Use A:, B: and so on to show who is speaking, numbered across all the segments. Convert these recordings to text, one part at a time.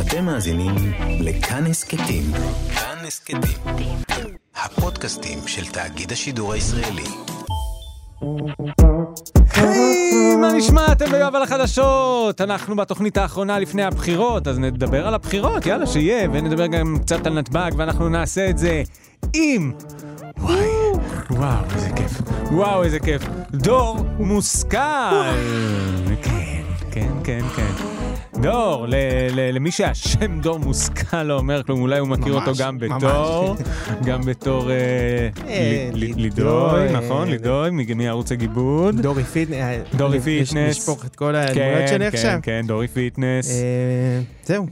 A: אתם מאזינים לכאן הסכתים. כאן הסכתים. הפודקאסטים של תאגיד השידור הישראלי.
B: היי, מה נשמע? אתם ביואב על החדשות. אנחנו בתוכנית האחרונה לפני הבחירות, אז נדבר על הבחירות, יאללה, שיהיה, ונדבר גם קצת על נתב"ג, ואנחנו נעשה את זה עם... וואי, וואו, איזה כיף. וואו, איזה כיף. דור מושכל. כן, כן, כן, כן. דור, ל- ל- למי שהשם דור מושכל לא אומר כלום, אולי הוא מכיר
C: ממש,
B: אותו גם
C: ממש.
B: בתור, גם בתור אה,
C: אה,
B: ל- ל-
C: לידוי,
B: לידוי,
C: אה,
B: נכון, לידוי, מ- מערוץ הגיבוד.
C: דורי אה, פיטנס.
B: דורי
C: לש-
B: פיטנס.
C: לשפוך את כל הדמויות שלי
B: כן,
C: עכשיו.
B: כן, אוקיי. דורי פיטנס.
C: אה, זהו.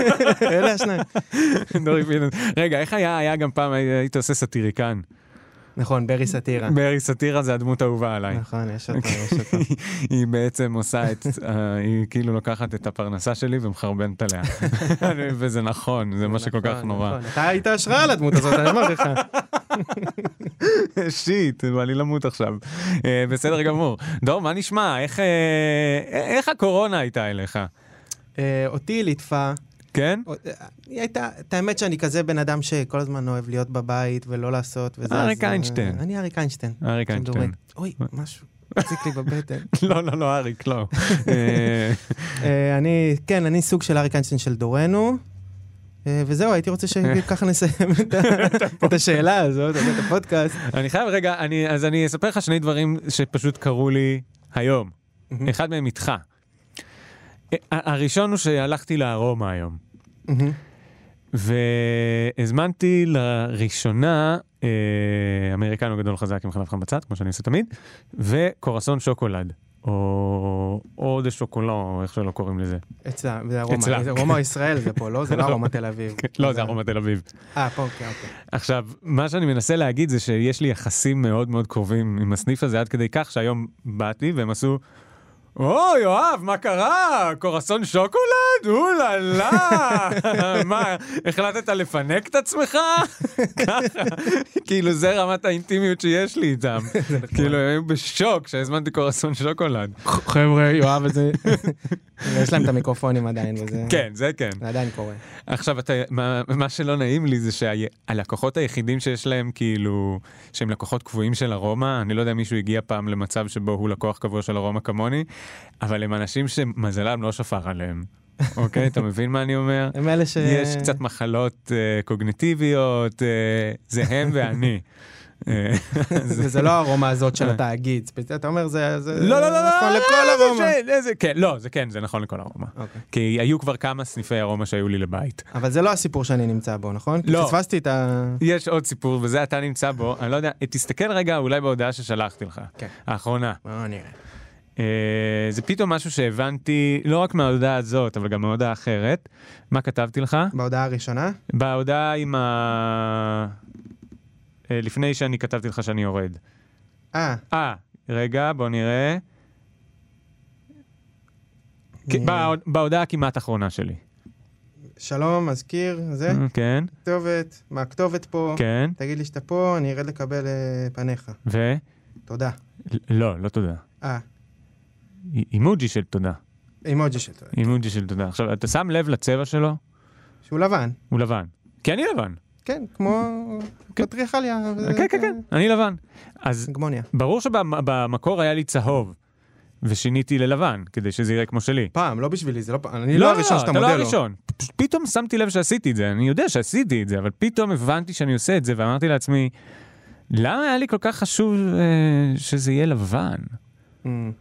C: אלה השניים. אה.
B: דורי פיטנס. רגע, איך היה, היה גם פעם, היית עושה סטיריקן.
C: נכון, ברי סאטירה.
B: ברי סאטירה זה הדמות האהובה עליי.
C: נכון, יש אותו,
B: אוקיי.
C: יש אותו.
B: היא בעצם עושה את, אה, היא כאילו לוקחת את הפרנסה שלי ומחרבנת עליה. וזה נכון, זה מה שכל כך
C: נכון,
B: נורא.
C: נכון. אתה היית השראה לדמות הזאת, אני אומר לך.
B: שיט, בא לי למות עכשיו. אה, בסדר גמור. דור, מה נשמע? איך, אה, איך הקורונה הייתה אליך?
C: אה, אותי היא ליטפה.
B: כן?
C: אה, היא הייתה, את האמת שאני כזה בן אדם שכל הזמן אוהב להיות בבית ולא לעשות וזה. אז,
B: אריק
C: אה,
B: איינשטיין.
C: אני אריק איינשטיין.
B: אריק איינשטיין.
C: כדורגל. אוי, משהו. מציק לי בבטן.
B: לא, לא, לא, אריק, לא. אה,
C: אה, אני, כן, אני סוג של אריק איינשטיין של דורנו. אה, וזהו, הייתי רוצה שככה נסיים את ה- את השאלה הזאת, את הפודקאסט.
B: אני חייב רגע, אני, אז אני אספר לך שני דברים שפשוט קרו לי היום. אחד מהם איתך. ה- הראשון הוא שהלכתי לארומה היום,
C: מהמם.
B: והזמנתי לראשונה אה, אמריקנו גדול חזק עם חלב חם בצד, כמו שאני עושה תמיד, וקורסון שוקולד, או או דה שוקולד, או איך שלא קוראים לזה.
C: אצלה, זה ארומה.
B: אצלה.
C: זה ארומה ישראל זה פה, לא? זה לא
B: לא.
C: ארומה תל אביב.
B: לא, זה ארומה תל אביב.
C: אה, פה, אוקיי, אוקיי.
B: עכשיו, מה שאני מנסה להגיד זה שיש לי יחסים מאוד מאוד קרובים עם הסניף הזה, עד כדי כך שהיום באתי והם עשו, או, יואב, מה קרה? קורסון שוקולד? אוללה! מה, החלטת לפנק את עצמך? ככה, כאילו זה רמת האינטימיות שיש לי איתם. כאילו, הם היו בשוק שהזמנתי קורסון שוקולד.
C: חבר'ה, יואב את זה. יש להם את המיקרופונים עדיין, וזה...
B: אה, כן, זה כן.
C: זה עדיין קורה.
B: עכשיו, אתה, מה, מה שלא נעים לי זה שהלקוחות היחידים שיש להם, כאילו, שהם לקוחות קבועים של ארומה, אני לא יודע אם מישהו הגיע פעם למצב שבו הוא לקוח קבוע של ארומה כמוני, אבל הם אנשים שמזלם לא שפר עליהם. אוקיי? אתה מבין מה אני אומר?
C: הם אלה ש...
B: יש קצת מחלות אה, קוגניטיביות, אה, זה הם ואני. אה, אז-
C: וזה לא הארומה הזאת של התאגיד. ספציפית, אתה אומר, זה... זה-
B: אה. לא, לא, לא, לא,
C: נכון
B: לא,
C: לכל
B: לא, זה
C: ארומה.
B: ש- זה- זה- כן, לא, זה כן, זה נכון לכל ארומה.
C: אוקיי.
B: כי היו כבר כמה סניפי ארומה שהיו לי לבית.
C: אבל זה לא הסיפור שאני נמצא בו, נכון? כי
B: לא.
C: פספסתי את ה...
B: יש עוד סיפור, וזה אתה נמצא בו, אני לא יודע, תסתכל רגע אולי בהודעה ששלחתי לך,
C: כן.
B: האחרונה.
C: בוא נראה.
B: אה, זה פתאום משהו שהבנתי, לא רק מההודעה הזאת, אבל גם מההודעה האחרת. מה כתבתי לך?
C: בהודעה הראשונה?
B: בהודעה עם ה... אה, לפני שאני כתבתי לך שאני יורד.
C: אה,
B: אה, רגע, בוא נראה. כן, בהוד- בהודעה הכמעט אחרונה שלי.
C: שלום, מזכיר, זה,
B: כן,
C: כתובת, מה הכתובת פה?
B: כן,
C: תגיד לי שאתה פה, אני ארד לקבל אה, פניך.
B: ו...
C: תודה.
B: לא, לא תודה.
C: אה,
B: אי- אימוג'י של תודה.
C: אימוג'י של תודה.
B: אימוג'י של תודה. עכשיו, אתה שם לב לצבע שלו?
C: שהוא לבן.
B: הוא לבן. כי אני לבן.
C: כן, כמו
B: כן.
C: פטריכליה.
B: כן, כן, כן, אני לבן. אז
C: הגמוניה.
B: ברור שבמקור היה לי צהוב, ושיניתי ללבן, כדי שזה יראה כמו שלי.
C: פעם, לא בשבילי, זה לא פעם. אני לא הראשון שאתה
B: אתה לא
C: מודה לו.
B: הראשון. פ- פתאום שמתי לב שעשיתי את זה, אני יודע שעשיתי את זה, אבל פתאום הבנתי שאני עושה את זה, ואמרתי לעצמי, למה היה לי כל כך חשוב אה, שזה יהיה לבן?
C: אמ,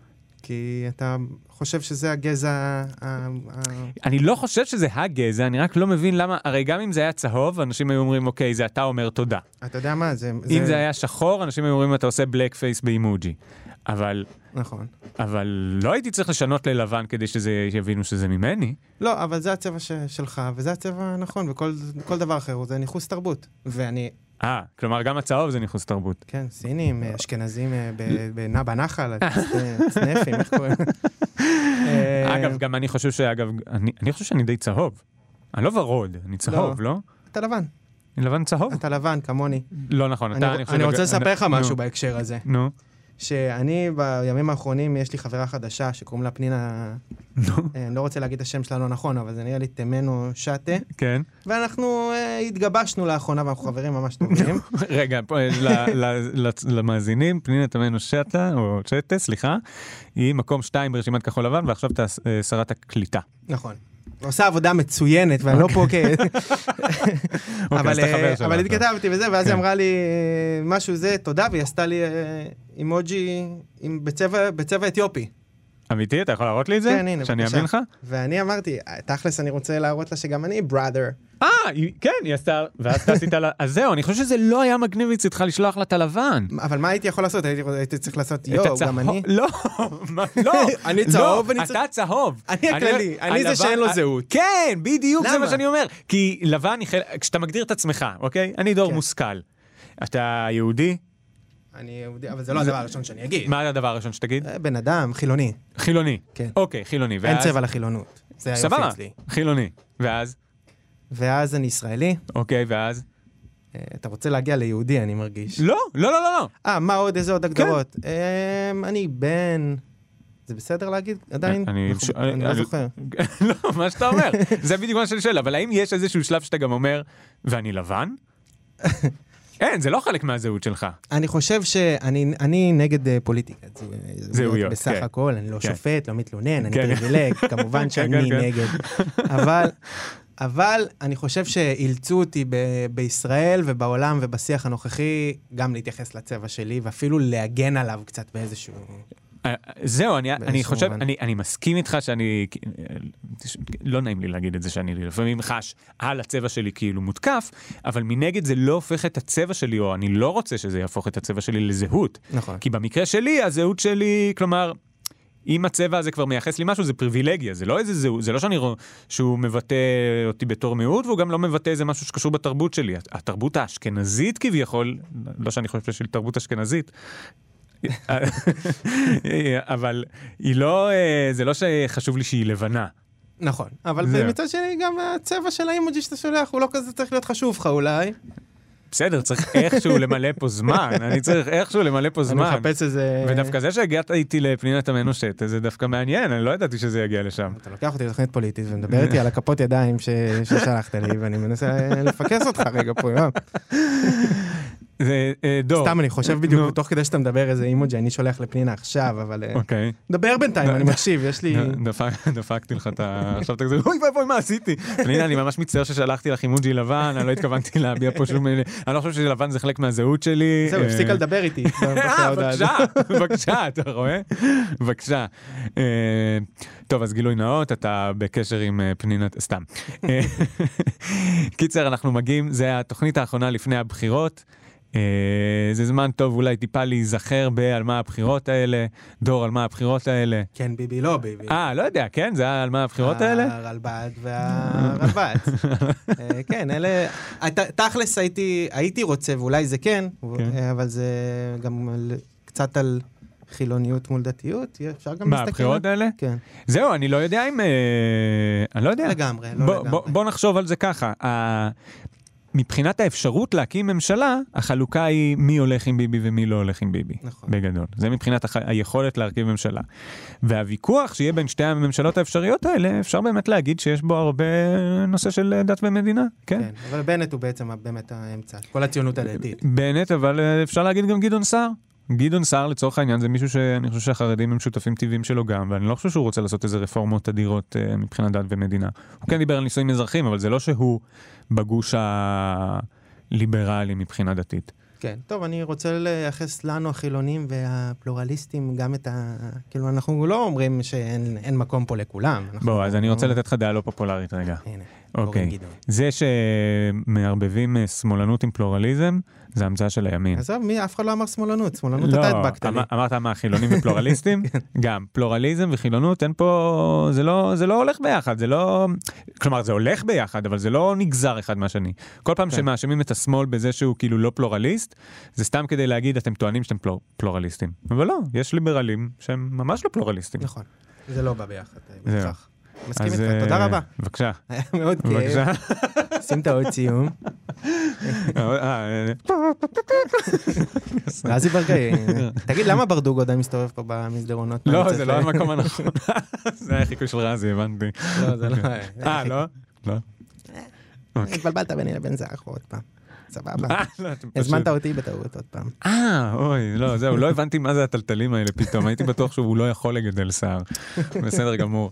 C: כי אתה חושב שזה הגזע... ה- ה- ה-
B: אני לא חושב שזה הגזע, אני רק לא מבין למה, הרי גם אם זה היה צהוב, אנשים היו אומרים, אוקיי, זה אתה אומר תודה.
C: אתה יודע מה, זה...
B: אם זה היה שחור, אנשים היו אומרים, אתה עושה בלק פייס באימוג'י. אבל
C: נכון.
B: אבל לא הייתי צריך לשנות ללבן כדי שזה יבינו שזה ממני.
C: לא, אבל זה הצבע ש- שלך, וזה הצבע הנכון, וכל כל דבר אחר הוא- זה ניכוס תרבות. ואני,
B: אה, כלומר גם הצהוב זה ניכוס תרבות.
C: כן, סינים, אה, אשכנזים אה, ב- בנע- בנחל, צנפים, איך קוראים? אה,
B: אגב, גם אני חושב שאגב, אני, אני חושב שאני די צהוב. אני לא ורוד, אני צהוב, לא?
C: אתה לבן,
B: אני לבן צהוב?
C: אתה לבן כמוני.
B: לא נכון, אתה,
C: אני-
B: אני חושב...
C: אני רוצה
B: אני-
C: לספר לך
B: נו,
C: משהו בהקשר הזה.
B: נו,
C: שאני בימים האחרונים, יש לי חברה חדשה שקוראים לה פנינה, אה, אני לא רוצה להגיד את השם שלה לא נכון, אבל זה נראה לי תמנו שטה,
B: כן.
C: ואנחנו אה, התגבשנו לאחרונה ואנחנו חברים ממש טובים.
B: רגע, פה, אה, ל- ל- ל- למאזינים, פנינה תמנו שטה, או שטה, סליחה, היא מקום שתיים ברשימת כחול לבן, ועכשיו אתה אה, שרת הקליטה.
C: נכון. עושה עבודה מצוינת, ואני לא פה כ...
B: אוקיי, אז
C: אבל
B: אתה חבר
C: אה,
B: שלה
C: אבל
B: עכשיו.
C: התכתבתי וזה, ואז
B: כן.
C: היא אמרה לי אה, משהו זה, תודה, והיא עשתה לי אה, אימוג'י עם- בצבע- בצבע אתיופי.
B: אמיתי? אתה יכול להראות לי את זה?
C: כן, הנה,
B: שאני
C: בבקשה.
B: אאמין לך?
C: ואני אמרתי, תכלס, אני רוצה להראות לה שגם אני בראדר.
B: אה, היא- כן, היא עשתה, ואז אתה עשית לה, אז זהו, אני חושב שזה לא היה מגניב מצדך לשלוח לה את הלבן.
C: אבל מה הייתי יכול לעשות? הייתי הייתי צריך לעשות
B: את
C: יואו,
B: הצהוב-
C: גם אני.
B: לא, מה- לא.
C: אני
B: לא,
C: צהוב, אני צ-
B: אתה צהוב.
C: אני הכללי, אני זה
B: הלבן-
C: שאין לו
B: ה-
C: זהות.
B: כן, בדיוק, זה
C: למה?
B: מה שאני אומר. כי לבן, היא חלק- כשאתה מגדיר את עצמך, אוקיי? אני דור
C: כן.
B: מושכל. אתה יהודי?
C: אני יהודי, אבל זה לא הדבר הראשון שאני אגיד.
B: מה הדבר הראשון שתגיד?
C: אה, בן אדם, חילוני.
B: חילוני.
C: כן.
B: אוקיי, חילוני.
C: אין
B: ואז-
C: צבע לחילונות. זה היופי
B: סבבה,
C: אצלי.
B: חילוני. ואז?
C: ואז אני ישראלי.
B: אוקיי, ואז?
C: אה, אתה רוצה להגיע ליהודי, אני מרגיש.
B: לא, לא, לא, לא, לא.
C: אה, מה עוד? איזה עוד הגדרות?
B: כן.
C: אמ, אני בן... זה בסדר להגיד? עדיין?
B: אני-
C: אנחנו-
B: אני-
C: אני לא
B: אני-
C: זוכר.
B: לא, מה שאתה אומר. זה בדיוק מה שאני שואל, אבל האם יש איזשהו שלב שאתה גם אומר, ואני לבן? אין, זה לא חלק מהזהות שלך.
C: אני חושב שאני אני נגד אה, פוליטיקה. זהו-
B: זהויות,
C: בסך
B: כן.
C: הכל, אני לא
B: כן.
C: שופט, לא מתלונן, אני
B: כן.
C: פריבילג, כמובן
B: כן,
C: שאני
B: כן, כן.
C: נגד. אבל... אבל אני חושב שאילצו אותי ב- בישראל ובעולם ובשיח הנוכחי גם להתייחס לצבע שלי ואפילו להגן עליו קצת באיזשהו...
B: אה, זהו, אני, אני
C: באיזשהו
B: חושב,
C: מובן.
B: אני, אני מסכים איתך שאני, אה, לא נעים לי להגיד את זה שאני לפעמים חש על הצבע שלי כאילו מותקף, אבל מנגד זה לא הופך את הצבע שלי, או אני לא רוצה שזה יהפוך את הצבע שלי לזהות.
C: נכון.
B: כי במקרה שלי, הזהות שלי, כלומר, אם הצבע הזה כבר מייחס לי משהו, זה פריבילגיה, זה לא איזה זהות, זה לא שאני רואה שהוא מבטא אותי בתור מיעוט, והוא גם לא מבטא איזה משהו שקשור בתרבות שלי. התרבות האשכנזית כביכול, לא שאני חושב שיש לי תרבות אשכנזית, אבל היא לא, אה, זה לא שחשוב לי שהיא לבנה.
C: נכון, אבל
B: זהו.
C: מצד שני גם הצבע של האימוג'י שאתה שולח הוא לא כזה צריך להיות חשוב לך אולי.
B: בסדר, צריך איכשהו למלא פה זמן, אני צריך איכשהו למלא פה
C: אני
B: זמן.
C: מחפש אה, איזה...
B: ודווקא זה שהגעת איתי לפנינת המנושת, זה דווקא מעניין, אני לא ידעתי שזה יגיע לשם.
C: אתה לוקח אותי לתוכנית פוליטית ומדבר איתי על הכפות ידיים ש- ששלחת לי ואני מנסה לפקס אותך רגע פה, יואב.
B: זה אה, דור.
C: סתם אני חושב בדיוק,
B: נו.
C: תוך כדי שאתה מדבר איזה אימוג'י אני שולח לפנינה עכשיו, אבל... אה,
B: אוקיי.
C: דבר בינתיים,
B: ד-
C: אני מקשיב, יש לי...
B: ד- דפק- דפקתי לך את ה... עכשיו אתה כזה, אוי ואי ואי, מה עשיתי? פנינה, אני ממש מצטער ששלחתי לך אימוג'י לבן, אני לא התכוונתי להביע פה שום... אני לא חושב שלבן זה חלק מהזהות שלי.
C: זהו,
B: אה,
C: הפסיקה לדבר איתי.
B: אה, בבקשה, בבקשה, אתה רואה? בבקשה. אה, טוב, אז גילוי נאות, אתה בקשר עם אה, פנינה, סתם. אה, קיצר, אנחנו מגיעים, זה התוכנית האחרונה לפני הבחירות. אה, זה זמן טוב אולי טיפה להיזכר בעל מה הבחירות האלה, דור על מה הבחירות האלה.
C: כן, ביבי, לא ביבי.
B: אה, לא יודע, כן? זה היה על מה הבחירות
C: אה,
B: האלה?
C: הרלב"ד והרלב"ד. אה, כן, אלה... הת- תכלס הייתי הייתי רוצה, ואולי זה כן, ו-
B: כן.
C: אה, אבל זה גם על- קצת על חילוניות מול דתיות, יהיה- אפשר גם
B: מה,
C: להסתכל.
B: הבחירות האלה?
C: כן,
B: זהו, אני לא יודע אם... אה, אני לא יודע.
C: לגמרי, לא
B: בוא-
C: לגמרי.
B: בוא- בוא נחשוב על זה ככה. ה- מבחינת האפשרות להקים ממשלה, החלוקה היא מי הולך עם ביבי ומי לא הולך עם ביבי.
C: נכון.
B: בגדול. זה מבחינת הח... היכולת להרכיב ממשלה. והוויכוח שיהיה בין שתי הממשלות האפשריות האלה, אפשר באמת להגיד שיש בו הרבה נושא של אה, דת ומדינה. כן.
C: כן, אבל בנט הוא בעצם ה- באמת האמצע, כל הציונות הדתית.
B: בנט, אבל אה, אפשר להגיד גם גדעון סער. גדעון סער לצורך העניין זה מישהו שאני חושב שהחרדים הם שותפים טבעיים שלו גם, ואני לא חושב שהוא רוצה לעשות איזה רפורמות אדירות אה, מבחינת דת ומדינה. הוא כן דיבר על נישואים אזרחיים, אבל זה לא שהוא בגוש הליברלי מבחינה דתית.
C: כן, טוב, אני רוצה לייחס לנו החילונים והפלורליסטים גם את ה... כאילו, אנחנו לא אומרים שאין אין מקום פה לכולם. אנחנו-
B: בוא, אז אני רוצה לתת לך דעה לא פופולרית רגע.
C: הנה, אורן
B: אוקיי.
C: גדעון.
B: זה שמערבבים אה, שמאלנות עם פלורליזם, זה המצאה של הימין.
C: עזוב, מי- אף אחד לא אמר שמאלנות, שמאלנות אתה הדבקת לי.
B: אמר- אמ- אמרת מה, חילונים ופלורליסטים?
C: כן.
B: גם, פלורליזם וחילונות, אין פה, זה לא, זה לא הולך ביחד, זה לא, כלומר זה הולך ביחד, אבל זה לא נגזר אחד מהשני. כל פעם
C: כן.
B: שמאשימים את השמאל בזה שהוא כאילו לא פלורליסט, זה סתם כדי להגיד, אתם טוענים שאתם פלור, פלורליסטים. אבל לא, יש ליברלים שהם ממש לא פלורליסטים.
C: נכון. זה לא בא ביחד, אה,
B: זהו.
C: בהכרח. מסכים
B: אז,
C: איתך,
B: אה,
C: תודה רבה. כן.
B: בבקשה,
C: היה מאוד כיף.
B: בבקשה.
C: שים את האות סיום.
B: אה,
C: רזי ברקאי, תגיד, למה ברדוגו עדיין מסתובב פה במסדרונות? מה
B: לא,
C: אני
B: זה
C: צריך
B: לא
C: ל-
B: המקום הנכון. זה היה חיקוי של רזי, הבנתי.
C: לא, זה לא... אה,
B: אה, לא? לא.
C: התבלבלת ביני לבין זה אנחנו עוד פעם. סבבה.
B: אה, לא, אתם פשוט-
C: הזמנת אותי בטעות עוד פעם.
B: אה, אוי, לא, זהו, לא הבנתי מה זה הטלטלים האלה פתאום, הייתי בטוח שהוא לא יכול לגדל שיער. בסדר גמור.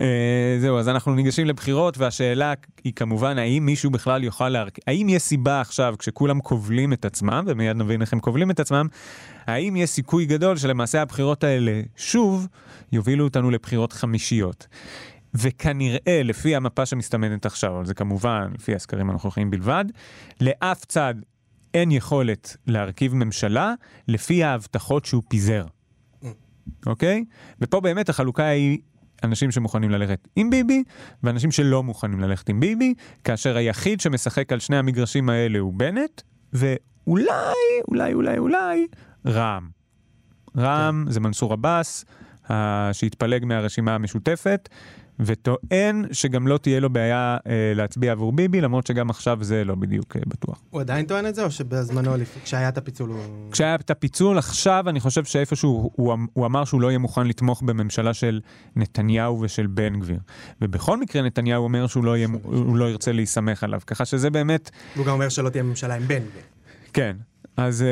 B: אה, זהו, אז אנחנו ניגשים לבחירות, והשאלה היא כמובן, האם מישהו בכלל יוכל להרכיב, האם יש סיבה עכשיו, כשכולם כובלים את עצמם, ומיד נבין איך הם כובלים את עצמם, האם יש סיכוי גדול שלמעשה הבחירות האלה שוב יובילו אותנו לבחירות חמישיות? וכנראה, לפי המפה שמסתמנת עכשיו, אבל זה כמובן לפי הסקרים הנוכחיים בלבד, לאף צד אין יכולת להרכיב ממשלה לפי ההבטחות שהוא פיזר. אוקיי? ופה באמת החלוקה היא אנשים שמוכנים ללכת עם ביבי, ואנשים שלא מוכנים ללכת עם ביבי, כאשר היחיד שמשחק על שני המגרשים האלה הוא בנט, ואולי, אולי, אולי, אולי, רע"מ. רע"מ זה מנסור עבאס, ה- שהתפלג מהרשימה המשותפת, וטוען שגם לא תהיה לו בעיה אה, להצביע עבור ביבי, למרות שגם עכשיו זה לא בדיוק אה, בטוח.
C: הוא עדיין טוען את זה, או שבזמנו, לפ- כשהיה את הפיצול, הוא...
B: כשהיה את הפיצול, עכשיו אני חושב שאיפשהו הוא, הוא אמר שהוא לא יהיה מוכן לתמוך בממשלה של נתניהו ושל בן גביר. ובכל מקרה נתניהו אומר שהוא לא, יהיה, מו- הוא לא ירצה להיסמך עליו. ככה שזה באמת,
C: והוא גם אומר שלא תהיה ממשלה עם בן גביר.
B: כן. אז אה,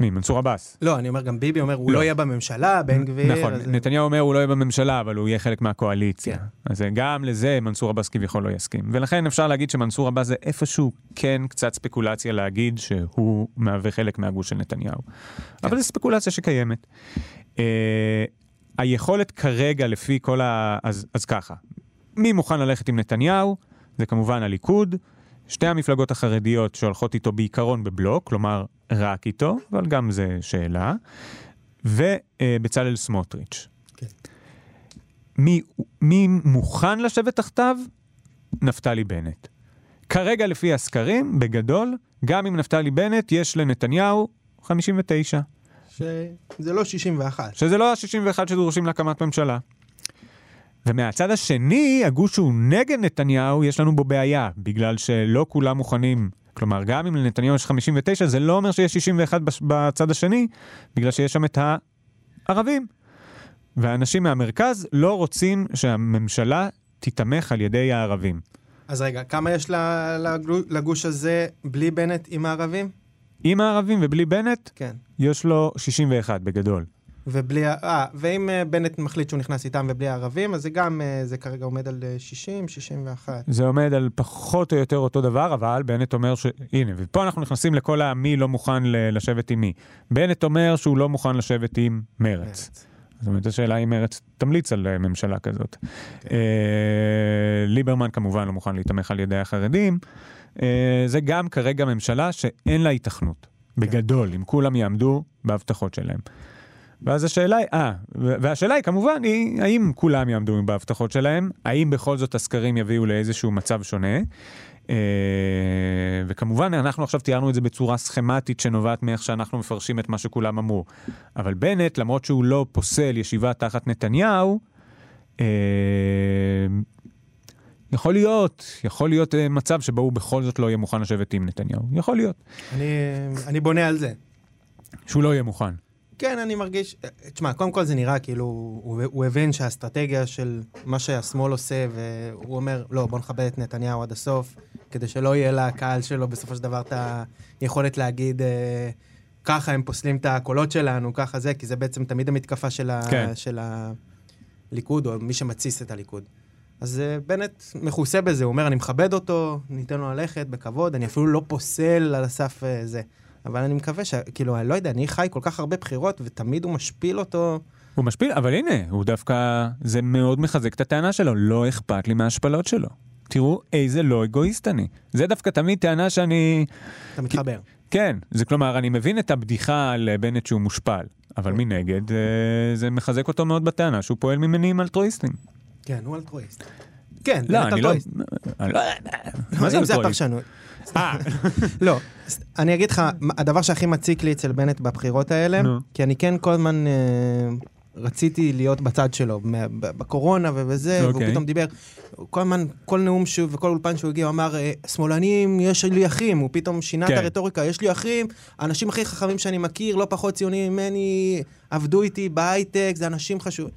B: מי? מנסור עבאס.
C: לא, אני אומר, גם ביבי אומר, הוא
B: לא.
C: לא יהיה בממשלה, בן גביר...
B: נכון,
C: אז-
B: נתניהו אומר הוא לא יהיה בממשלה, אבל הוא יהיה חלק מהקואליציה.
C: כן.
B: אז אה, גם לזה מנסור עבאס כביכול לא יסכים. ולכן אפשר להגיד שמנסור עבאס זה איפשהו כן קצת ספקולציה להגיד שהוא מהווה חלק מהגוש של נתניהו.
C: כן.
B: אבל זו ספקולציה שקיימת. אה, היכולת כרגע לפי כל ה... אז, אז ככה, מי מוכן ללכת עם נתניהו? זה כמובן הליכוד, שתי המפלגות החרדיות שהולכות איתו בעיקרון בבלוק, כלומר רק איתו, אבל גם זה שאלה, ובצלאל סמוטריץ'.
C: כן.
B: מי, מי מוכן לשבת תחתיו? נפתלי בנט. כרגע לפי הסקרים, בגדול, גם עם נפתלי בנט יש לנתניהו 59.
C: שזה לא 61.
B: שזה לא ה-61 שדרושים להקמת ממשלה. ומהצד השני, הגוש שהוא נגד נתניהו, יש לנו בו בעיה, בגלל שלא כולם מוכנים. כלומר, גם אם לנתניהו יש 59, זה לא אומר שיש 61 בש- בצד השני, בגלל שיש שם את הערבים. והאנשים מהמרכז לא רוצים שהממשלה תיתמך על ידי הערבים.
C: אז רגע, כמה יש ל- לגו- לגוש הזה בלי בנט עם הערבים?
B: עם הערבים ובלי בנט,
C: כן.
B: יש לו 61 בגדול.
C: ובלי, ה- אה, ואם אה, בנט מחליט שהוא נכנס איתם ובלי הערבים, אז זה גם, אה, זה כרגע עומד על אה, 60, 61.
B: זה עומד על פחות או יותר אותו דבר, אבל בנט אומר ש... הנה, ופה אנחנו נכנסים לכל המי לא מוכן ל- לשבת עם מי. בנט אומר שהוא לא מוכן לשבת עם מרץ. זאת אומרת, השאלה אם מרץ תמליץ על אה, ממשלה כזאת. אה, ליברמן כמובן לא מוכן להיתמך על ידי החרדים. אה, זה גם כרגע ממשלה שאין לה היתכנות. בגדול, אם כולם יעמדו בהבטחות שלהם. ואז השאלה היא, אה, ו- והשאלה היא כמובן, היא האם כולם יעמדו בהבטחות שלהם, האם בכל זאת הסקרים יביאו לאיזשהו מצב שונה. אה, וכמובן, אנחנו עכשיו תיארנו את זה בצורה סכמטית שנובעת מאיך שאנחנו מפרשים את מה שכולם אמרו. אבל בנט, למרות שהוא לא פוסל ישיבה תחת נתניהו, אה, יכול להיות, יכול להיות אה, מצב שבו הוא בכל זאת לא יהיה מוכן לשבת עם נתניהו. יכול להיות.
C: אני, אני בונה על זה.
B: שהוא לא יהיה מוכן.
C: כן, אני מרגיש... אה, תשמע, קודם כל זה נראה כאילו, הוא, הוא הבין שהאסטרטגיה של מה שהשמאל עושה, והוא אומר, לא, בוא נכבד את נתניהו עד הסוף, כדי שלא יהיה לקהל שלו בסופו של דבר את היכולת להגיד, אה, ככה הם פוסלים את הקולות שלנו, ככה זה, כי זה בעצם תמיד המתקפה של, ה,
B: כן.
C: של הליכוד, או מי שמתסיס את הליכוד. אז אה, בנט מכוסה בזה, הוא אומר, אני מכבד אותו, ניתן לו ללכת בכבוד, אני אפילו לא פוסל על הסף אה, זה. אבל אני מקווה ש... כאילו, אני לא יודע, אני חי כל כך הרבה בחירות, ותמיד הוא משפיל אותו.
B: הוא משפיל, אבל הנה, הוא דווקא, זה מאוד מחזק את הטענה שלו, לא אכפת לי מההשפלות שלו. תראו איזה לא אגואיסט אני. זה דווקא תמיד טענה שאני...
C: אתה מתחבר.
B: כן, זה כלומר, אני מבין את הבדיחה על אה, בנט שהוא מושפל,
C: כן.
B: אבל מנגד, אה, זה מחזק אותו מאוד בטענה שהוא פועל ממניעים אלטרואיסטים.
C: כן, הוא אלטרואיסט. כן,
B: לא,
C: באמת
B: אני לא...
C: אלטרואיסט.
B: אני לא... מה זה
C: אם זה
B: אלטרואיסט?
C: הפרשנות.
B: אה,
C: לא, ס- אני אגיד לך, מה- הדבר שהכי מציק לי אצל בנט בבחירות האלה,
B: נו.
C: כי אני כן כל הזמן אה, רציתי להיות בצד שלו, מה- ב- בקורונה ובזה, והוא
B: אוקיי.
C: פתאום דיבר, כל הזמן, כל נאום שהוא וכל אולפן שהוא הגיע, הוא אמר, "אה, שמאלנים, יש לי אחים, הוא פתאום שינה את
B: כן.
C: הרטוריקה, יש לי אחים, האנשים הכי חכמים שאני מכיר, לא פחות ציונים ממני, עבדו איתי בהייטק, זה אנשים חשובים.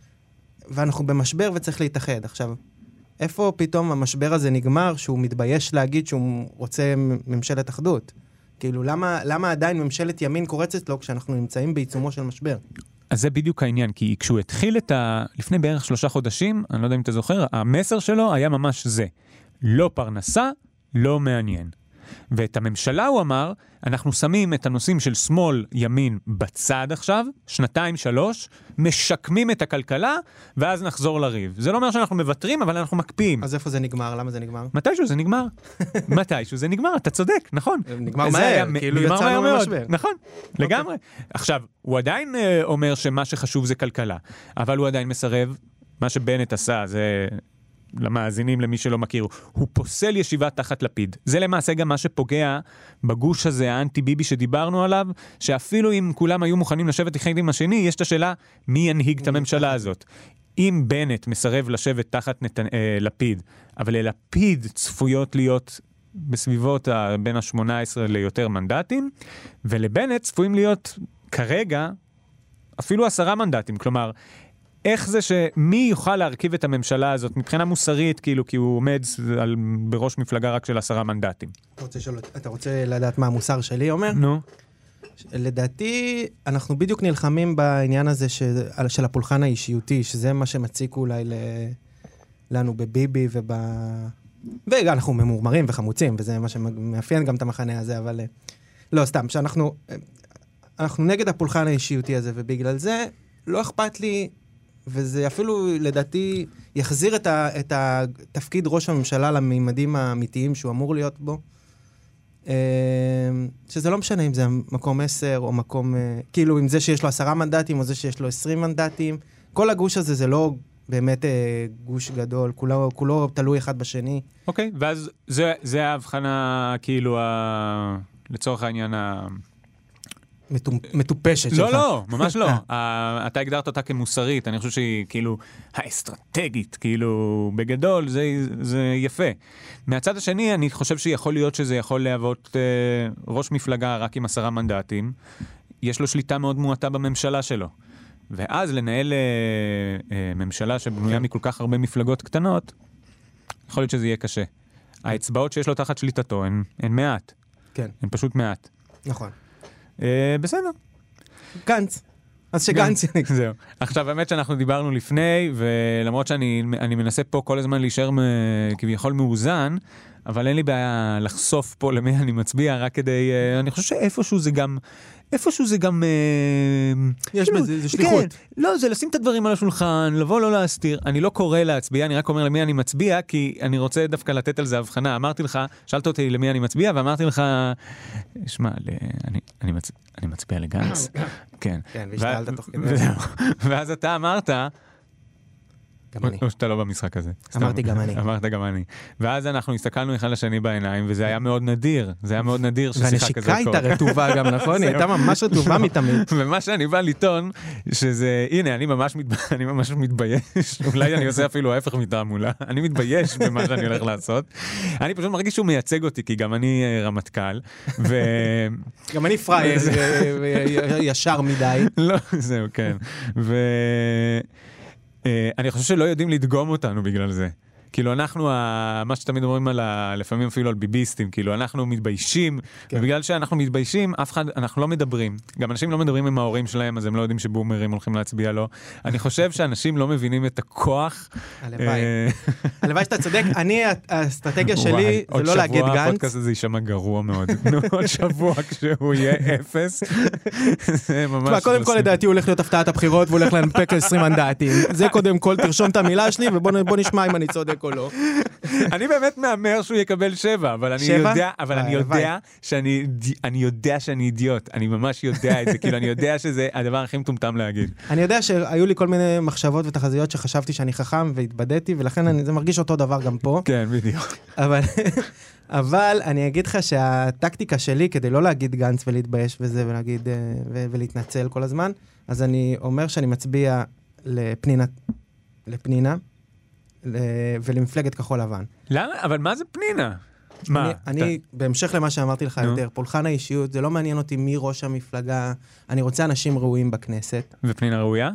C: ואנחנו במשבר וצריך להתאחד. עכשיו, איפה פתאום המשבר הזה נגמר שהוא מתבייש להגיד שהוא רוצה מ- ממשלת אחדות? כאילו, למה, למה עדיין ממשלת ימין קורצת לו כשאנחנו נמצאים בעיצומו של משבר?
B: אז זה בדיוק העניין, כי כשהוא התחיל את ה... לפני בערך שלושה חודשים, אני לא יודע אם אתה זוכר, המסר שלו היה ממש זה. לא פרנסה, לא מעניין. ואת הממשלה, הוא אמר, אנחנו שמים את הנושאים של שמאל, ימין, בצד עכשיו, שנתיים, שלוש, משקמים את הכלכלה, ואז נחזור לריב. זה לא אומר שאנחנו מוותרים, אבל אנחנו מקפיאים.
C: אז איפה זה נגמר? למה זה נגמר?
B: מתישהו זה נגמר. מתישהו זה נגמר, אתה צודק, נכון.
C: נגמר
B: זה
C: מהר,
B: היה מ-
C: כאילו
B: נגמר
C: יצאנו אוקיי.
B: מהר מאוד,
C: ממשבר.
B: נכון, לגמרי. עכשיו, הוא עדיין אה, אומר שמה שחשוב זה כלכלה, אבל הוא עדיין מסרב. מה שבנט עשה זה... למאזינים, למי שלא מכיר, הוא פוסל ישיבה תחת לפיד. זה למעשה גם מה שפוגע בגוש הזה, האנטי-ביבי שדיברנו עליו, שאפילו אם כולם היו מוכנים לשבת אחד עם השני, יש את השאלה מי ינהיג את הממשלה הזאת. אם בנט מסרב לשבת תחת נתנ... אה, לפיד, אבל ללפיד צפויות להיות בסביבות ה... בין ה-18 ליותר מנדטים, ולבנט צפויים להיות כרגע אפילו עשרה מנדטים. כלומר, איך זה שמי יוכל להרכיב את הממשלה הזאת מבחינה מוסרית, כאילו, כי הוא עומד על... בראש מפלגה רק של עשרה מנדטים.
C: אתה רוצה, לשאול, אתה רוצה לדעת מה המוסר שלי אומר?
B: נו,
C: לדעתי, אנחנו בדיוק נלחמים בעניין הזה ש... על- של הפולחן האישיותי, שזה מה שמציק אולי ל... לנו בביבי וב... ואנחנו ממורמרים וחמוצים, וזה מה שמאפיין גם את המחנה הזה, אבל... אה, לא, סתם, שאנחנו... אה, אנחנו נגד הפולחן האישיותי הזה, ובגלל זה לא אכפת לי, וזה אפילו, לדעתי, יחזיר את, ה... את התפקיד ראש הממשלה לממדים האמיתיים שהוא אמור להיות בו. אה, שזה לא משנה אם זה מקום 10 או מקום... אה, כאילו, אם זה שיש לו 10 מנדטים או זה שיש לו 20 מנדטים. כל הגוש הזה זה לא באמת אה, גוש גדול, כולו, כולו תלוי אחד בשני.
B: אוקיי, ואז זה, זה ההבחנה, כאילו, ה... לצורך העניין, ה...
C: מטומ- מטופשת שלך. אה,
B: לא, לא, ממש לא. ה- אתה הגדרת אותה כמוסרית, אני חושב שהיא כאילו האסטרטגית, כאילו, בגדול, זה, זה יפה. מהצד השני, אני חושב שיכול להיות שזה יכול להוות אה, ראש מפלגה רק עם עשרה מנדטים. יש לו שליטה מאוד מועטה בממשלה שלו. ואז לנהל אה, אה, ממשלה שבנויה מכל כך הרבה מפלגות קטנות, יכול להיות שזה יהיה קשה. האצבעות שיש לו תחת שליטתו הן, הן מעט,
C: כן,
B: הן פשוט מעט.
C: נכון.
B: אה, בסדר.
C: גנץ. אז שגנץ...
B: זהו. עכשיו, האמת שאנחנו דיברנו לפני, ולמרות שאני אני מנסה פה כל הזמן להישאר מ- כביכול מאוזן, אבל אין לי בעיה לחשוף פה למי אני מצביע, רק כדי... אה, אני חושב שאיפשהו זה גם... איפשהו זה גם... אה,
C: יש
B: כאילו,
C: בזה- זה שליחות.
B: כן, לא, זה לשים את הדברים על השולחן, לבוא לא להסתיר. אני לא קורא להצביע, אני רק אומר למי אני מצביע, כי אני רוצה דווקא לתת על זה הבחנה. אמרתי לך, שאלת אותי למי אני מצביע, ואמרתי לך, שמע, ל- אני, אני, מצ... אני מצביע לגנץ. כן.
C: כן,
B: ו-
C: והשתעלת תוך כדי.
B: וזהו. ואז אתה אמרת,
C: גם אני.
B: או שאתה לא במשחק הזה. סתם.
C: אמרתי גם אני.
B: אמרת גם אני. ואז אנחנו הסתכלנו אחד לשני בעיניים, וזה היה מאוד נדיר. זה היה מאוד נדיר ששיחה כזאת
C: והנשיקה הייתה
B: קורית.
C: רטובה גם, נכון? היא הייתה ממש רטובה מתמיד.
B: ומה שאני בא לטעון, שזה, הנה, אני ממש, מת... אני ממש מתבייש, אולי אני עושה אפילו ההפך מתעמולה, אני מתבייש במה שאני הולך לעשות. אני פשוט מרגיש שהוא מייצג אותי, כי גם אני אה, רמטכ"ל, ו...
C: גם אני פראייר
B: זה-
C: אה, אה, ישר מדי.
B: לא, זהו, כן. ו... אה, אני חושב שלא יודעים לדגום אותנו בגלל זה. כאילו אנחנו, ה... מה שתמיד אומרים על ה... לפעמים אפילו על ביביסטים, כאילו אנחנו מתביישים, כן. ובגלל שאנחנו מתביישים, אף אחד, אנחנו לא מדברים. גם אנשים לא מדברים עם ההורים שלהם, אז הם לא יודעים שבומרים הולכים להצביע לו. אני חושב שאנשים לא מבינים את הכוח.
C: הלוואי.
B: אה,
C: הלוואי שאתה צודק. אני, האסטרטגיה
B: וואי,
C: שלי זה
B: עוד
C: לא להגיד
B: שבוע
C: גנץ.
B: הפודקאסט הזה יישמע גרוע מאוד. נו, עוד שבוע כשהוא יהיה אפס. זה ממש...
C: תשמע, קודם
B: לא
C: כל
B: סביר.
C: לדעתי הולך להיות הפתעת הבחירות והוא הולך להנפק 20 מנדטים. זה קודם כל, תרשום את המילה שלי ובוא נ- בוא נשמע אם אני צודק או לא.
B: אני באמת מהמר שהוא יקבל שבע, אבל אני
C: שבע? אה,
B: יודע, אבל אני
C: הלוואי.
B: יודע שאני, אני יודע שאני אידיוט, אני ממש יודע את זה, כאילו אני יודע שזה הדבר הכי מטומטם להגיד.
C: אני יודע שהיו לי כל מיני מחשבות ותחזיות שחשבתי שאני חכם והתבדיתי, ולכן אני- זה מרגיש אותו דבר גם פה.
B: כן, בדיוק.
C: אבל, אבל אני אגיד לך שהטקטיקה שלי, כדי לא להגיד גנץ ולהתבייש וזה, ולהגיד, אה, ו- ולהתנצל כל הזמן, אז אני אומר שאני מצביע לפנינה, לפנינה ל- ולמפלגת כחול לבן.
B: למה? אבל מה זה פנינה? מה?
C: אני, אני בהמשך למה שאמרתי לך
B: נו.
C: יותר, פולחן האישיות, זה לא מעניין אותי מי ראש המפלגה, אני רוצה אנשים ראויים בכנסת.
B: אתה- ופנינה ראויה?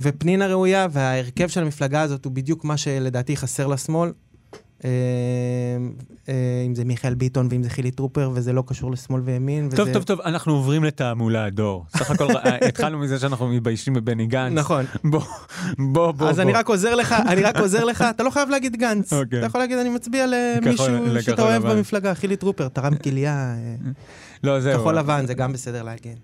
C: ופנינה ראויה, וההרכב של המפלגה הזאת הוא בדיוק מה שלדעתי חסר לשמאל. אה, אה, אם זה מיכאל ביטון ואם זה חילי טרופר, וזה לא קשור לשמאל וימין.
B: טוב,
C: וזה...
B: טוב, טוב, אנחנו עוברים לתעמולה, הדור. סך הכל אה, התחלנו מזה שאנחנו מתביישים בבני גנץ.
C: נכון.
B: בוא, בוא, בוא.
C: אז אני רק עוזר לך, אני רק עוזר לך, אתה לא חייב להגיד גנץ.
B: אוקיי.
C: אתה יכול להגיד, אני מצביע למישהו
B: לכחול
C: שאתה אוהב
B: לבן."
C: במפלגה, חילי טרופר, תרם כליה, אה,
B: לא, זהו.
C: כחול לבן, זה גם בסדר להגיד.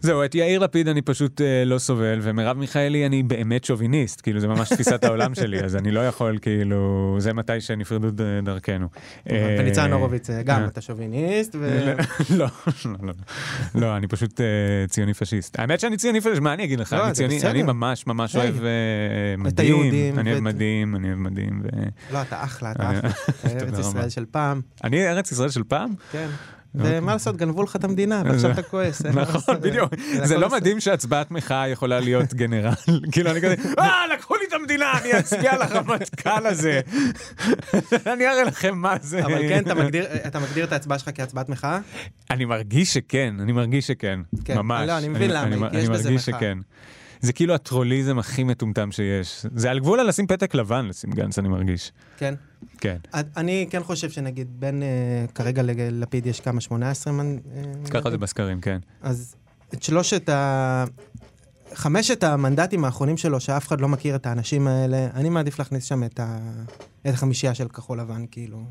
B: זהו, את יאיר לפיד אני פשוט אה, לא סובל, ומרב מיכאלי אני באמת שוביניסט, כאילו זה ממש תפיסת העולם שלי, אז אני לא יכול, כאילו, זה מתי שנפרדו ד- דרכנו. אה,
C: וניצן הורוביץ, אה, גם
B: אה.
C: אתה שוביניסט, ו...
B: לא, לא, לא, לא. לא, אני פשוט אה, ציוני פשיסט. האמת שאני ציוני פשיסט, מה אני אגיד לך?
C: לא,
B: אני
C: זה
B: ציוני,
C: בסדר.
B: אני ממש ממש
C: היי.
B: אוהב אה,
C: היהודים
B: מדים, אני אוהב
C: ואת-
B: מדים, אני אוהב מדים. ו-
C: לא, אתה אחלה, אתה אחלה. אתה ארץ
B: אה. תודה
C: ישראל
B: רבה.
C: של פעם,
B: אני ארץ ישראל של פעם?
C: כן.
B: אוקיי.
C: ומה לעשות, גנבו לך את המדינה, ועכשיו אתה כועס. אין מה
B: נכון,
C: לעשות.
B: בדיוק. זה
C: הכל
B: לא
C: בסדר.
B: מדהים שהצבעת מחאה יכולה להיות גנרל. כאילו, אני כזה, אה, לקחו לי את המדינה, אני אצביע לרמטכ"ל הזה. אני אראה לכם מה זה.
C: אבל כן, אתה מגדיר- אתה מגדיר את ההצבעה שלך כהצבעת מחאה?
B: אני מרגיש שכן, אני מרגיש שכן.
C: כן.
B: ממש.
C: לא, אני מבין למה,
B: אני-
C: כי יש
B: אני
C: בזה
B: מרגיש
C: מחאה.
B: שכן. זה כאילו הטרוליזם הכי מטומטם שיש. זה על גבול הלשים פתק לבן לשים גנץ, אני מרגיש.
C: כן.
B: כן.
C: אני כן חושב שנגיד בין אה, כרגע ללפיד יש כמה 18 מנ- אה,
B: ככה זה בסקרים, כן.
C: אז את שלושת ה... חמשת המנדטים האחרונים שלו, שאף אחד לא מכיר את האנשים האלה, אני מעדיף להכניס שם את, ה... את החמישייה של כחול לבן, כאילו.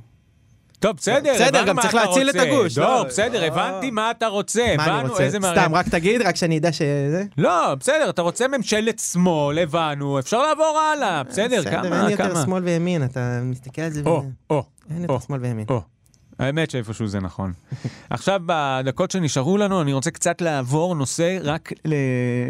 B: טוב, בסדר,
C: בסדר,
B: הבנו
C: גם
B: מה
C: צריך
B: אתה
C: להציל את
B: רוצה.
C: הגוש, לא?
B: לא, בסדר,
C: לא.
B: הבנתי מה אתה רוצה.
C: מה אני
B: הבנו
C: רוצה?
B: איזה מערכת.
C: סתם, רק תגיד, רק שאני אדע ש... זה.
B: לא, בסדר, אתה רוצה ממשלת שמאל, הבנו, אפשר לעבור הלאה, בסדר, כמה, אה,
C: אין יותר
B: כמה.
C: שמאל וימין, אתה מסתכל על זה ו...
B: או, או,
C: אין
B: או,
C: יותר שמאל וימין.
B: או. האמת שאיפשהו זה נכון. עכשיו, בדקות שנשארו לנו, אני רוצה קצת לעבור נושא, רק ל-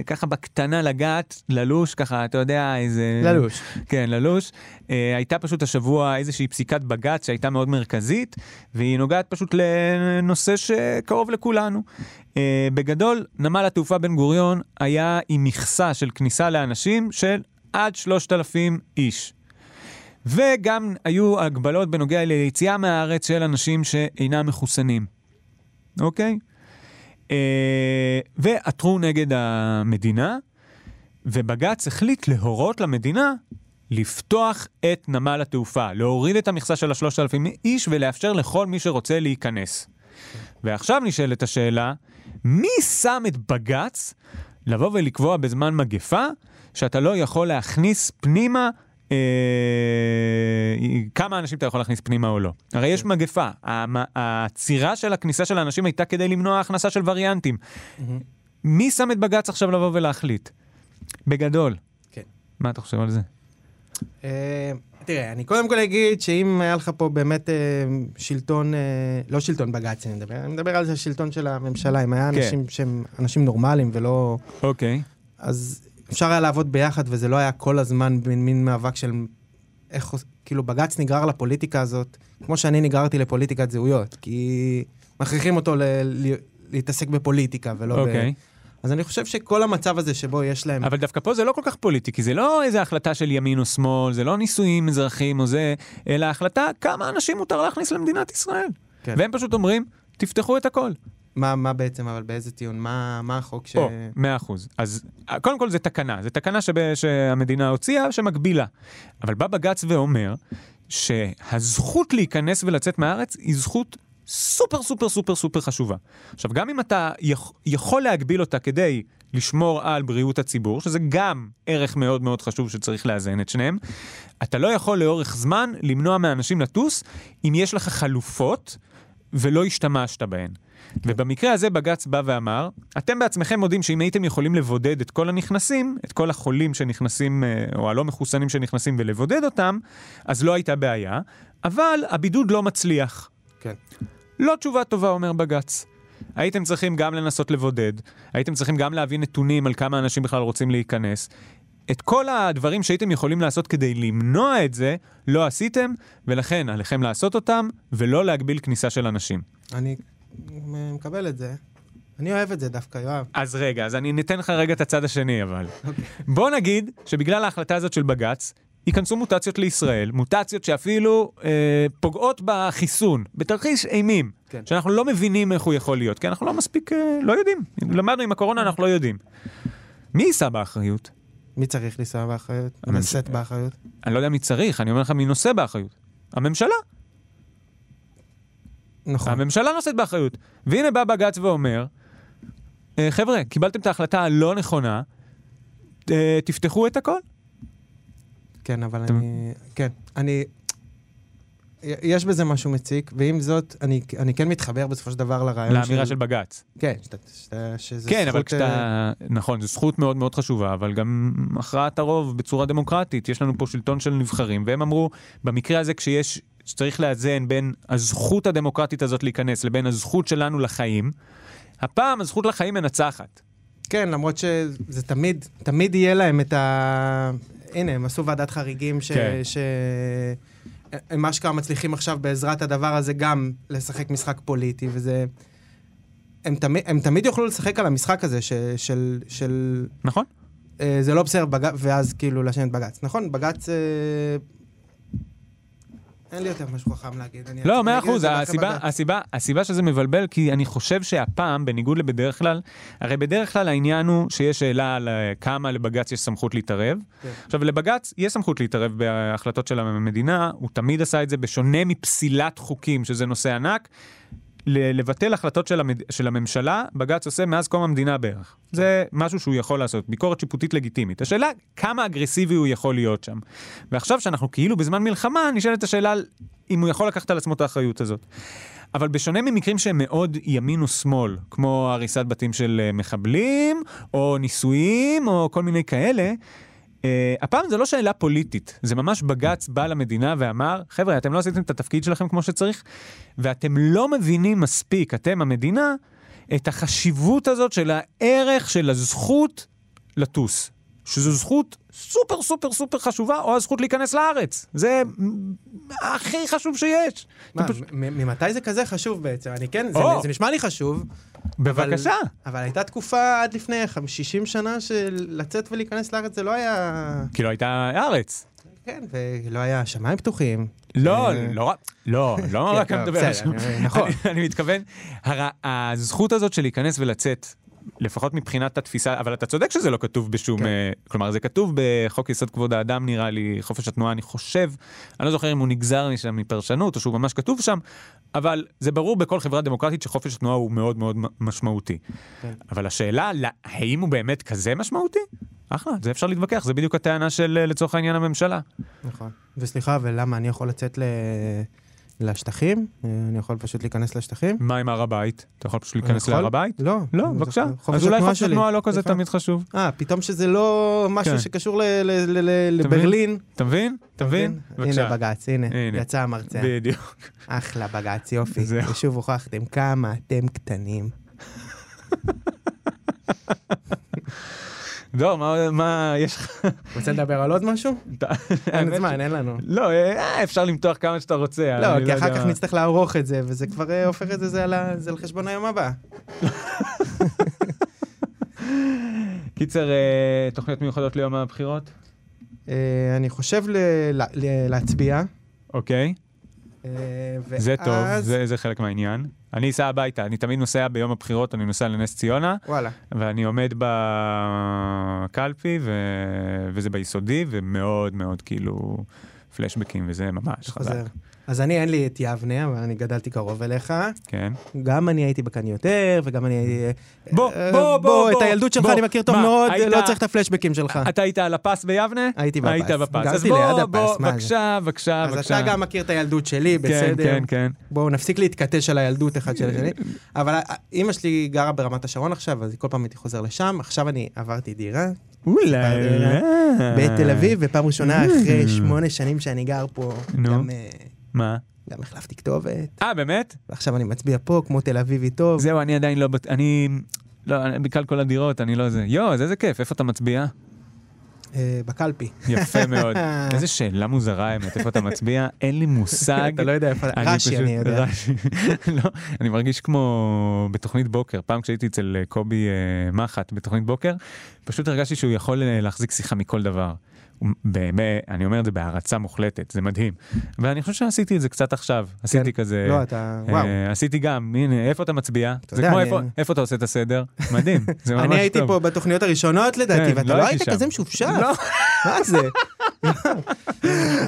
B: ככה בקטנה לגעת, ללוש, ככה, אתה יודע, איזה...
C: ללוש.
B: כן, ללוש. אה, הייתה פשוט השבוע איזושהי פסיקת בג"ץ שהייתה מאוד מרכזית, והיא נוגעת פשוט לנושא שקרוב לכולנו. אה, בגדול, נמל התעופה בן גוריון היה עם מכסה של כניסה לאנשים של עד 3,000 איש. וגם היו הגבלות בנוגע ליציאה מהארץ של אנשים שאינם מחוסנים, אוקיי? אה, ועתרו נגד המדינה, ובג"ץ החליט להורות למדינה לפתוח את נמל התעופה, להוריד את המכסה של ה-3,000 איש ולאפשר לכל מי שרוצה להיכנס. ועכשיו נשאלת השאלה, מי שם את בג"ץ לבוא ולקבוע בזמן מגפה שאתה לא יכול להכניס פנימה אה, כמה אנשים אתה יכול להכניס פנימה או לא? הרי יש מגפה, המ- העצירה של הכניסה של האנשים הייתה כדי למנוע הכנסה של וריאנטים. מי שם את בג"ץ עכשיו לבוא ולהחליט? בגדול.
C: כן.
B: מה אתה חושב על זה?
C: אה, תראה, אני קודם כל אגיד שאם היה לך פה באמת אה, שלטון, אה, לא שלטון בג"ץ אני מדבר, אני מדבר על זה שלטון של הממשלה, אם היה
B: כן.
C: אנשים שהם אנשים נורמליים ולא...
B: אוקיי.
C: אז אפשר היה לעבוד ביחד, וזה לא היה כל הזמן מין, מין מאבק של איך... עוש- כאילו, בג"ץ נגרר לפוליטיקה הזאת, כמו שאני נגררתי לפוליטיקת זהויות, כי מכריחים אותו ל... ל... להתעסק בפוליטיקה ולא
B: אוקיי.
C: ב... אז אני חושב שכל המצב הזה שבו יש להם...
B: אבל דווקא פה זה לא כל כך פוליטי, כי זה לא איזה החלטה של ימין או שמאל, זה לא נישואים אזרחיים או זה, אלא החלטה כמה אנשים מותר להכניס למדינת ישראל.
C: כן.
B: והם פשוט אומרים, תפתחו את הכל.
C: מה, מה בעצם, אבל באיזה טיעון? מה, מה החוק ש...
B: או, מאה אחוז. אז אה, קודם כל זה תקנה, זה תקנה שב, שהמדינה הוציאה שמגבילה. אבל בא בג"ץ ואומר שהזכות להיכנס ולצאת מהארץ היא זכות סופר סופר סופר סופר חשובה. עכשיו, גם אם אתה יכ, יכול להגביל אותה כדי לשמור על בריאות הציבור, שזה גם ערך מאוד מאוד חשוב שצריך לאזן את שניהם, אתה לא יכול לאורך זמן למנוע מאנשים לטוס אם יש לך חלופות ולא השתמשת בהן. ובמקרה הזה בג"ץ בא ואמר, אתם בעצמכם מודים שאם הייתם יכולים לבודד את כל הנכנסים, את כל החולים שנכנסים, אה, או הלא מחוסנים שנכנסים ולבודד אותם, אז לא הייתה בעיה, אבל הבידוד לא מצליח.
C: כן.
B: לא תשובה טובה, אומר בג"ץ. הייתם צריכים גם לנסות לבודד, הייתם צריכים גם להביא נתונים על כמה אנשים בכלל רוצים להיכנס. את כל הדברים שהייתם יכולים לעשות כדי למנוע את זה, לא עשיתם, ולכן עליכם לעשות אותם, ולא להגביל כניסה של אנשים.
C: אני מקבל את זה. אני אוהב את זה דווקא, יואב.
B: אז רגע, אז אני ניתן לך רגע את הצד השני, אבל. בוא נגיד שבגלל ההחלטה הזאת של בג"ץ, ייכנסו מוטציות לישראל, מוטציות שאפילו אה, פוגעות בחיסון, בתרחיש אימים,
C: כן.
B: שאנחנו לא מבינים איך הוא יכול להיות, כי אנחנו לא מספיק, אה, לא יודעים. למדנו עם הקורונה, אנחנו לא יודעים. מי יישא באחריות?
C: מי צריך לנסוע באחריות?
B: הממשלה.
C: לשאת באחריות?
B: אני לא יודע מי צריך, אני אומר לך מי נושא באחריות. הממשלה.
C: נכון.
B: הממשלה נושאת באחריות. והנה בא בג"ץ ואומר, "אה, חבר'ה, קיבלתם את ההחלטה הלא נכונה, אה, תפתחו את הכל.
C: כן, אבל
B: אתם-
C: אני... כן, אני... יש בזה משהו מציק, ועם זאת, אני, אני כן מתחבר בסופו של דבר לרעיון
B: לאמירה של בג"ץ.
C: כן, שאתה, שאתה, שזה
B: כן, אבל
C: זכות, אה,
B: כשאתה... נכון, זו זכות מאוד מאוד חשובה, אבל גם הכרעת הרוב בצורה דמוקרטית. יש לנו פה שלטון של נבחרים, והם אמרו, במקרה הזה כשיש... שצריך לאזן בין הזכות הדמוקרטית הזאת להיכנס לבין הזכות שלנו לחיים, הפעם הזכות לחיים מנצחת.
C: כן, למרות שזה תמיד, תמיד יהיה להם את ה... הנה, הם עשו ועדת חריגים ש...
B: כן.
C: כן. ש... הם אשכרה מצליחים עכשיו בעזרת הדבר הזה גם לשחק משחק פוליטי, וזה... הם תמיד, הם תמיד יוכלו לשחק על המשחק הזה ש, של, של
B: נכון?
C: אה, זה לא בסדר, בג... ואז כאילו להאשים את בג"ץ. נכון, בג"ץ... אה... אין לי יותר משהו חכם להגיד. אני
B: לא,
C: רציתי
B: מאה
C: להגיד את
B: אחוז,
C: זה רק
B: הסיבה,
C: לבג"ץ.
B: הסיבה, הסיבה שזה מבלבל, כי אני חושב שהפעם, בניגוד לבדרך כלל, הרי בדרך כלל העניין הוא שיש שאלה על אה, כמה לבג"ץ יש סמכות להתערב.
C: כן.
B: עכשיו, לבג"ץ יש סמכות להתערב בהחלטות של המדינה, הוא תמיד עשה את זה, בשונה מפסילת חוקים, שזה נושא ענק. ל- לבטל החלטות של, המד... של הממשלה, בג"ץ עושה מאז קום המדינה בערך. זה משהו שהוא יכול לעשות, ביקורת שיפוטית לגיטימית. השאלה, כמה אגרסיבי הוא יכול להיות שם. ועכשיו, שאנחנו כאילו בזמן מלחמה, נשאלת השאלה על אם הוא יכול לקחת על עצמו את האחריות הזאת. אבל בשונה ממקרים שהם מאוד ימין ושמאל, כמו הריסת בתים של אה, מחבלים, או נישואים, או כל מיני כאלה, אה, הפעם זה לא שאלה פוליטית, זה ממש בג"ץ בא למדינה ואמר, חבר'ה, אתם לא עשיתם את התפקיד שלכם כמו שצריך, ואתם לא מבינים מספיק, אתם המדינה, את החשיבות הזאת של הערך של הזכות לטוס. שזו זכות סופר סופר סופר חשובה, או הזכות להיכנס לארץ. זה מ- הכי חשוב שיש.
C: מה,
B: אתה פשוט-
C: מ- מ- ממתי זה כזה חשוב בעצם? אני כן, זה,
B: או.
C: זה נשמע לי חשוב, אבל-
B: בבקשה.
C: אבל הייתה תקופה עד לפני חמ- 60 שנה שלצאת ולהיכנס לארץ זה לא היה...
B: כאילו הייתה ארץ.
C: כן, ולא היה שמיים פתוחים.
B: לא,
C: אה,
B: לא, רק- לא, לא
C: כן,
B: רק
C: לא,
B: מדבר
C: בסדר,
B: על שם.
C: אני- נכון.
B: אני- אני מתכוון, הר- הזכות הזאת של להיכנס ולצאת, לפחות מבחינת התפיסה, אבל אתה צודק שזה לא כתוב בשום,
C: כן.
B: אה, כלומר זה כתוב בחוק יסוד כבוד האדם נראה לי, חופש התנועה אני חושב, אני לא זוכר אם הוא נגזר משם מפרשנות או שהוא ממש כתוב שם, אבל זה ברור בכל חברה דמוקרטית שחופש התנועה הוא מאוד מאוד מ- משמעותי.
C: כן.
B: אבל השאלה, לא- האם הוא באמת כזה משמעותי? אחלה, זה אפשר להתווכח, זה בדיוק הטענה של אה, לצורך העניין הממשלה.
C: נכון. וסליחה, ולמה, אני יכול לצאת ל... לשטחים? אה, אני יכול פשוט להיכנס לשטחים?
B: מה עם הר הבית? אתה יכול פשוט להיכנס
C: אני יכול?
B: להר הבית?
C: לא.
B: לא,
C: זה
B: בבקשה.
C: חופש
B: אז אולי
C: התנועה
B: חופש
C: שלי.
B: התנועה לא כזה
C: סליחה.
B: תמיד חשוב.
C: אה, פתאום שזה לא
B: כן.
C: משהו שקשור ל- ל- ל- ל-
B: אתה מבין?
C: לברלין.
B: אתה מבין? אתה מבין?
C: הנה
B: בבקשה.
C: בג"ץ, הנה,
B: הנה.
C: יצא המרצע.
B: בדיוק.
C: אחלה בג"ץ, יופי.
B: זהו.
C: ושוב הוכחתם כמה אתם קטנים.
B: לא, מה- מה יש לך?
C: רוצה לדבר על עוד משהו?
B: אתה-
C: אין
B: האמת
C: זמן, אין לנו.
B: לא, אה, אפשר למתוח כמה שאתה רוצה. אה, אני
C: לא, כי אחר
B: יודע
C: כך
B: מה.
C: נצטרך לערוך את זה, וזה כבר אה, הופך את זה, זה על ה- זה על חשבון היום הבא.
B: קיצר, אה, תוכניות מיוחדות ליום הבחירות?
C: אה, אני חושב ל- ל- ל- להצביע.
B: אוקיי.
C: אה,
B: זה טוב,
C: ואז-
B: זה זה חלק מהעניין. אני אסע הביתה, אני תמיד נוסע ביום הבחירות, אני נוסע לנס ציונה,
C: וואלה.
B: ואני עומד בקלפי, ו- וזה ביסודי, ומאוד מאוד כאילו פלשבקים, וזה ממש
C: חוזר.
B: חזק.
C: אז אני, אין לי את יבנה, אבל אני גדלתי קרוב אליך.
B: כן.
C: גם אני הייתי בקן יותר, וגם אני... הייתי-
B: בוא,
C: אה,
B: בוא, בוא,
C: את
B: בוא.
C: הילדות שלך
B: בוא.
C: אני מכיר טוב
B: מה,
C: מאוד,
B: היית-
C: לא צריך את הפלשבקים שלך.
B: אתה היית על הפס ביבנה?
C: הייתי בפס.
B: היית בפס.
C: גרתי
B: אז בוא,
C: ליד הפס,
B: בוא,
C: מה זה?
B: בבקשה, בבקשה,
C: אז
B: בבקשה.
C: אתה גם מכיר את הילדות שלי,
B: כן,
C: בסדר.
B: כן, כן.
C: בואו נפסיק להתכתש על הילדות אחד של השני. אבל אה, אימא שלי גרה ברמת השרון עכשיו, אז כל פעם הייתי חוזר לשם. עכשיו אני עברתי דירה
B: אולי. אה.
C: בתל אביב, ופעם ראשונה אחרי שמונה שנים שאני גר פה,
B: נו.
C: גם, אה,
B: מה?
C: גם החלפתי כתובת,
B: אה, באמת?
C: ועכשיו אני מצביע פה כמו תל אביבי טוב.
B: זהו, אני עדיין לא... בט- אני... לא, אני- בגלל כל הדירות, אני לא זה. יואו, אז איזה כיף, איפה אתה מצביע?
C: אה, בקלפי.
B: יפה מאוד.
C: אה.
B: איזה שאלה מוזרה האמת, איפה אתה מצביע? אין לי מושג.
C: אתה לא יודע איפה- רש"י
B: פשוט-
C: אני יודע.
B: רש"י. לא, אני מרגיש כמו בתוכנית בוקר. פעם כשהייתי אצל אה, קובי אה, מחט בתוכנית בוקר, פשוט הרגשתי שהוא יכול אה, להחזיק שיחה מכל דבר. הוא באמת, אני אומר את זה בהערצה מוחלטת, זה מדהים. ואני חושב שעשיתי את זה קצת עכשיו. עשיתי כזה...
C: לא, אתה...
B: אה,
C: וואו.
B: עשיתי גם, הנה, איפה אתה מצביע? זה
C: יודע,
B: כמו
C: אני-
B: איפה- איפה אתה עושה את הסדר? מדהים, זה ממש טוב.
C: אני הייתי פה בתוכניות הראשונות לדעתי,
B: כן,
C: ואתה
B: לא
C: לא
B: הייתי
C: היית
B: שם.
C: כזה משופשף.
B: לא.
C: מה זה?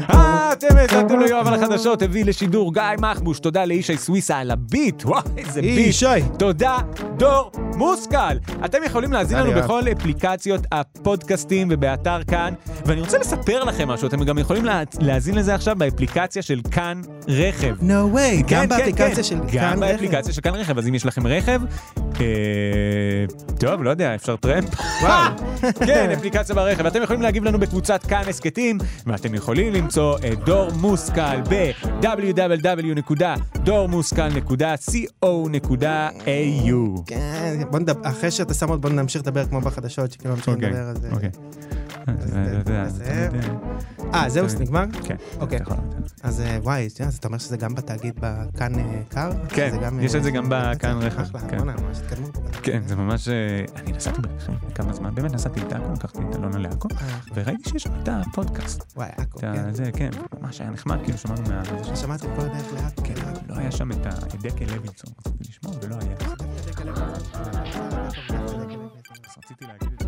B: אה, אתם האזנתם ליואב על החדשות, הביא לשידור גיא מחבוש, תודה לאישי סוויסה על הביט, וואי, איזה ביט.
C: אי, שי.
B: תודה, דור מושכל. אתם יכולים להאזין לנו
C: אני אוהב.
B: בכל אפליקציות הפודקאסטים ובאתר כאן, ואני רוצה לספר לכם משהו, אתם גם יכולים לה- להאזין לזה עכשיו באפליקציה של כאן רכב.
C: No way, גם באפליקציה של כאן.
B: כן, גם
C: רכב.
B: באפליקציה של כאן רכב, אז אם יש לכם רכב, אה, טוב, לא יודע, אפשר טרמפ?
C: וואו.
B: כן, אפליקציה ברכב. אתם יכולים להגיב לנו בקבוצת כאן הסכתים, ואתם יכולים למצוא אה, את דור מושכל ב-www.dormuscal.co.au.
C: כן, בוא נדבר, אחרי שאתה שם עוד בוא נמשיך לדבר כמו בחדשות, שכאילו ממשיכים
B: אוקיי,
C: לדבר על זה.
B: אוקיי.
C: אז
B: אתה יודע,
C: זה-
B: אתה יודע.
C: אה, זהו, זה נגמר?
B: כן.
C: אוקיי.
B: אתה יכול, אתה יכול.
C: אז אה, וואי, שנייה, אז אתה אומר שזה גם בתאגיד בכאן אה, קר?
B: כן,
C: שזה גם,
B: יש
C: אה,
B: את זה גם בכאן רכב,
C: אחלה,
B: כן.
C: בוא'נה, ממש התקדמו פה.
B: כן, זה ממש... אה, אני נסעתי ברכב כמה זמן, באמת נסעתי את עכו, לקחתי את אלונה לעכו,
C: אה,
B: וראיתי שיש שם את הפודקאסט.
C: וואי, עכו,
B: את ה-
C: כן.
B: זה, כן, ממש היה נחמד, כאילו שמענו מה... זה ש-
C: שמעתי כל הדרך לאט, כן. לאט.
B: לא היה שם את ה- את דקל לוינסון, רציתי לשמוע ולא היה. אז רציתי להגיד את זה.